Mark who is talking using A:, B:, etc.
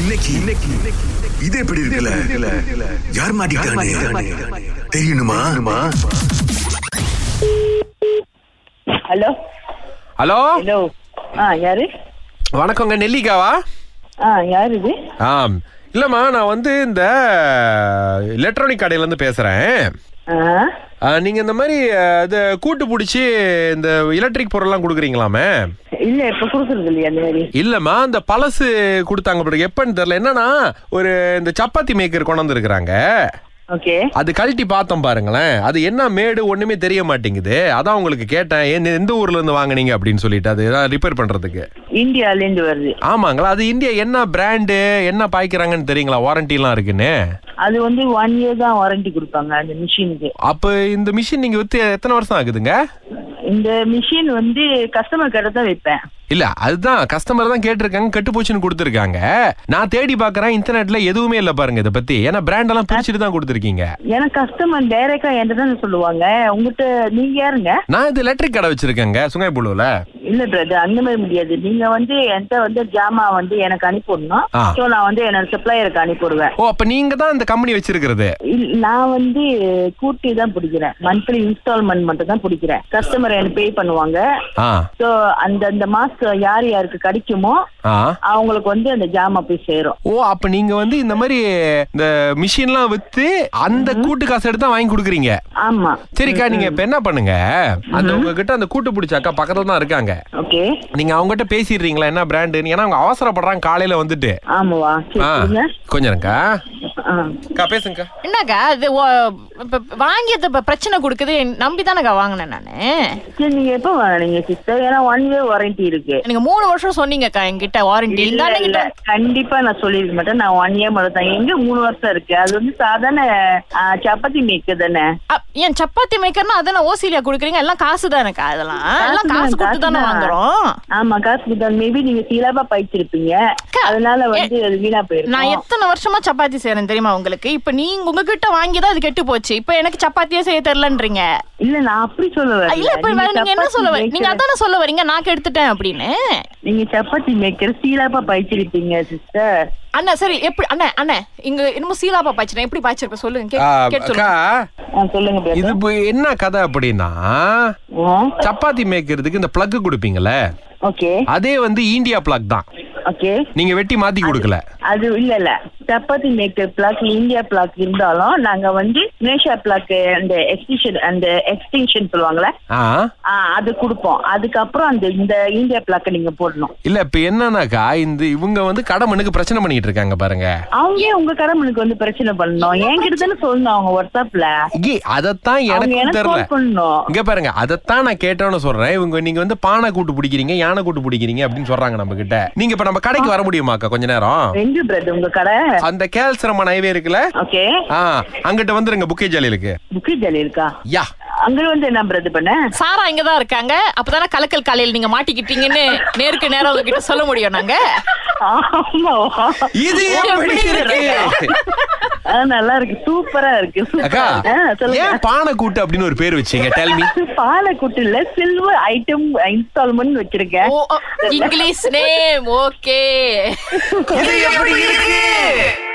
A: இன்னைக்கு இன்னைக்கு இது எப்படி இருக்குல்ல யார் மாட்டிக்கிட்டானே தெரியணுமா
B: ஹலோ
C: ஹலோ
B: ஹலோ ஆ யாரு
C: வணக்கங்க நெல்லிக்காவா
B: ஆ யார் இது
C: ஆ இல்லம்மா நான் வந்து இந்த எலக்ட்ரானிக் கடையில இருந்து பேசுறேன்
B: ஆ
C: ஆ, நீங்க இந்த மாதிரி ஆ, இது கூட்டு பிடிச்சி இந்த எலக்ட்ரிக் பொருள்லாம் கொடுக்குறீங்களாமே
B: இல்ல இப்ப கொடுக்கறது இல்லையா அந்த மாதிரி
C: இல்லம்மா இந்த பழசு கொடுத்தாங்க பிறகு எப்பன்னு தெரியல என்னன்னா ஒரு இந்த சப்பாத்தி மேக்கர் கொண்டாந்து இருக்கிறாங்க
B: ஓகே
C: அது கழட்டி பார்த்தோம் பாருங்களேன் அது என்ன மேடு ஒண்ணுமே தெரிய மாட்டேங்குது அதான் உங்களுக்கு கேட்டேன் எந்த- எந்த ஊர்ல இருந்து வாங்குனீங்க அப்படின்னு சொல்லிட்டு அது ரிப்பேர் பண்றதுக்கு
B: இந்தியால இருந்து வருது
C: ஆமாங்களா அது இந்தியா என்ன பிராண்டு என்ன பாய்க்கிறாங்கன்னு தெரியுங்களா வாரண்டிலாம் இருக்குன்னு
B: அது வந்து ஒன் இயர் தான் வாரண்டி கொடுப்பாங்க அந்த மிஷினுக்கு
C: அப்போ இந்த மிஷின் நீங்க வித்து எத்தனை வருஷம் ஆகுதுங்க
B: இந்த மிஷின் வந்து கஸ்டமர் கிட்ட தான் வைப்பேன்
C: இல்ல அதுதான் கஸ்டமர் தான் கேட்டிருக்காங்க கெட்டு போச்சுன்னு கொடுத்துருக்காங்க நான் தேடி பார்க்கறேன் இன்டர்நெட்ல எதுவுமே இல்ல பாருங்க இதை பத்தி ஏன்னா பிராண்ட் எல்லாம் பிரிச்சுட்டு தான் கொடுத்துருக்கீங்க
B: ஏன்னா கஸ்டமர் டைரக்டா என்கிட்ட தான் சொல்லுவாங்க உங்ககிட்ட நீங்க யாருங்க
C: நான் இது எலக்ட்ரிக் கடை வச்சிருக்கேங்க சுங்காய்புழுவில்
B: இல்ல பிரதர் அந்த மாதிரி முடியாது நீங்க வந்து என்கிட்ட வந்து ஜாமா வந்து எனக்கு அனுப்பிவிடணும்
C: ஆ.
B: ஸோ நான் வந்து என்னோட சப்ளையருக்கு அனுப்பிவிடுவேன்
C: ஓ அப்ப நீங்க தான் இந்த கம்பெனி வச்சிருக்கிறது
B: இல்ல, நான் வந்து கூட்டி தான் பிடிக்கிறேன் மந்த்லி இன்ஸ்டால்மெண்ட் மட்டும் தான் பிடிக்கிறேன் கஸ்டமர் எனக்கு பே பண்ணுவாங்க
C: ஆ
B: ஸோ அந்த அந்த மாசம் யார் யாருக்கு கிடைக்குமோ
C: ஆ
B: அவங்களுக்கு வந்து அந்த ஜாமா போய் சேரும்
C: ஓ அப்ப நீங்க வந்து இந்த மாதிரி இந்த மிஷின்லாம் வித்து அந்த கூட்டு காசு எடுத்து தான் வாங்கி கொடுக்குறீங்க
B: ஆமா
C: சரிக்கா நீங்க இப்ப என்ன பண்ணுங்க அந்த உங்ககிட்ட அந்த கூட்டு பிடிச்ச அக்கா பக்கத்துல தான் இருக்காங்க
B: ஓகே
C: நீங்க அவங்ககிட்ட பேசிடுறீங்களா என்ன பிராண்டு ஏன்னா அவங்க அவசரப்படுறாங்க காலையில வந்துட்டு
B: ஆமாவா சரி
C: ஆ,
B: கொடுங்க.
C: கொஞ்சம் இருங்கக்கா
B: ஆ.
C: அக்கா பேசுங்கக்கா
D: என்னக்கா இது ஓ, இப்ப வாங்கியது இப்ப பிரச்சனை கொடுக்குது நம்பி தானக்கா வாங்கினேன் நானு
B: சரி நீங்க எப்போ வாங்கினீங்க சிஸ்டர் ஏன்னா ஒன் இயர் வாரண்டி இருக்கு
D: எனக்கு மூணு வருஷம் சொன்னீங்கக்கா என்கிட்ட வாரண்டி
B: இல்ல, இல்ல.
D: இருந்தாலும்
B: கண்டிப்பா நான் சொல்லிருக்க மாட்டேன் நான் ஒன் இயர் மட்டும் தான் எங்க மூணு வருஷம் இருக்கு அது வந்து சாதாரண ஆ, சப்பாத்தி மேக்கர் தானே
D: என் சப்பாத்தி மேக்கர்னா அதை நான் ஓசிலியா குடுக்குறீங்க எல்லாம் காசு தானக்கா அதெல்லாம் எல்லாம் காசு
B: தான்,
D: கொடுத்து தானே
B: காசு தான்.
D: வாங்குறோம்
B: ஆமா காசு புத்தகம் மேபி நீங்க சீலாபா பயிச்சிருப்பீங்க அதனால வந்து அது வீணா
D: நான்
B: போயிருக்கும்
D: எத்தனை வருஷமா சப்பாத்தி செய்றேன் தெரியுமா உங்களுக்கு இப்ப நீங்க உங்ககிட்ட வாங்கி தான் அது கெட்டு போச்சு இப்ப எனக்கு சப்பாத்தியே செய்ய தெரியலன்றீங்க
B: இல்ல நான் அப்படி சொல்ல
D: அஹ் இல்ல இப்ப வேற நீங்க என்ன சொல்ல வரீங்க நீங்க
B: வரீங்க
D: அதானே சொல்ல வரீங்க நான் கெடுத்துட்டேன் அப்படின்னு
B: நீங்க சப்பாத்தி மேக்கர் சீலாபா பயிச்சிருப்பீங்க சிஸ்டர்
D: அண்ணா சரி எப்படி அண்ணா அண்ணா இங்க என்னமோ சீலாப்பா பாய்ச்சினா எப்படி பாய்ச்சிருப்ப சொல்லுங்க
C: ஆ,
D: கேட்டு- கேட்டு
C: அக்கா
D: சொல்லுங்க
B: சொல்லுங்க
C: இது
B: brother.
C: இப்ப என்ன கதை அப்படின்னா
B: ஆ
C: சப்பாத்தி மேய்க்கிறதுக்கு இந்த பிளக் கொடுப்பீங்கல்ல
B: ஓகே
C: அதே வந்து இந்தியா பிளக் தான்
B: ஓகே
C: நீங்க வெட்டி மாத்தி கொடுக்கல
B: அது இல்ல இல்ல சப்பாத்தி மேக்கர் பிளாக் இந்தியா பிளாக் இருந்தாலும் நாங்க வந்து நேஷா பிளாக் அந்த எக்ஸ்டிஷன் அந்த எக்ஸ்டிங்ஷன் சொல்லுவாங்கல்ல
C: ஆ
B: ஆ, அது கொடுப்போம் அதுக்கப்புறம் அந்த இந்த இந்தியா பிளாக்க நீங்க போடணும்
C: இல்ல இப்ப என்னன்னாக்கா இந்த இவங்க வந்து கடமனுக்கு பிரச்சனை பண்ணிட்டு இருக்காங்க பாருங்க
B: அவங்க ஏன் உங்க கடமனுக்கு வந்து பிரச்சனை பண்ணணும் என்கிட்ட தானே சொல்லணும் அவங்க வாட்ஸ்அப்ல
C: இங்கே அதைத்தான்
B: அவங்க
C: எனக்கு
B: எனக்கு
C: தெரியல
B: கால் பண்ணணும்
C: இங்க பாருங்க அதைத்தான் நான் கேட்டோன்னு சொல்றேன் இவங்க நீங்க வந்து பானை கூட்டு பிடிக்கிறீங்க யானை கூட்டு பிடிக்கிறீங்க அப்படின்னு சொல்றாங்க நம்ம கிட்ட நீங்க இப்ப நம்ம கடைக்கு வர முடியுமாக்கா கொஞ்ச நேரம்
B: எங்க பிரதர் உங்க கடை
C: அந்த கேல்சிரமன் ஹைவே இருக்குல்ல
B: ஓகே
C: ஆ அங்கிட்ட வந்துருங்க புக்கே ஜாலியிலுக்கு
B: புக்கு ஜாலி இருக்கா
C: யா
B: அங்க வந்து என்ன பிரதர் பண்ண
D: சாரா இங்க தான் இருக்காங்க அப்பதானே கலக்கல் காலையில் நீங்க மாட்டிக்கிட்டீங்கன்னு நேருக்கு நேரம் உங்ககிட்ட சொல்ல முடியும் நாங்க
B: ஆமாவா?
C: இது எப்படி இருக்கு
B: ஆ, நல்லா இருக்கு சூப்பரா இருக்கு
C: அக்கா
B: சூப்பர் ஆ, சொல்லுங்க
C: ஏன் பானை கூட்டு அப்படின்னு ஒரு பேர் வச்சீங்க டெல் மீ
B: பாலக்குட்டு இல்ல சில்வர் ஐட்டம் இன்ஸ்டால்மெண்ட் வச்சிருக்கேன்
D: ஓ, ஓ, இங்கிலீஷ் நேம் ஓகே
C: இது எப்படி இருக்கு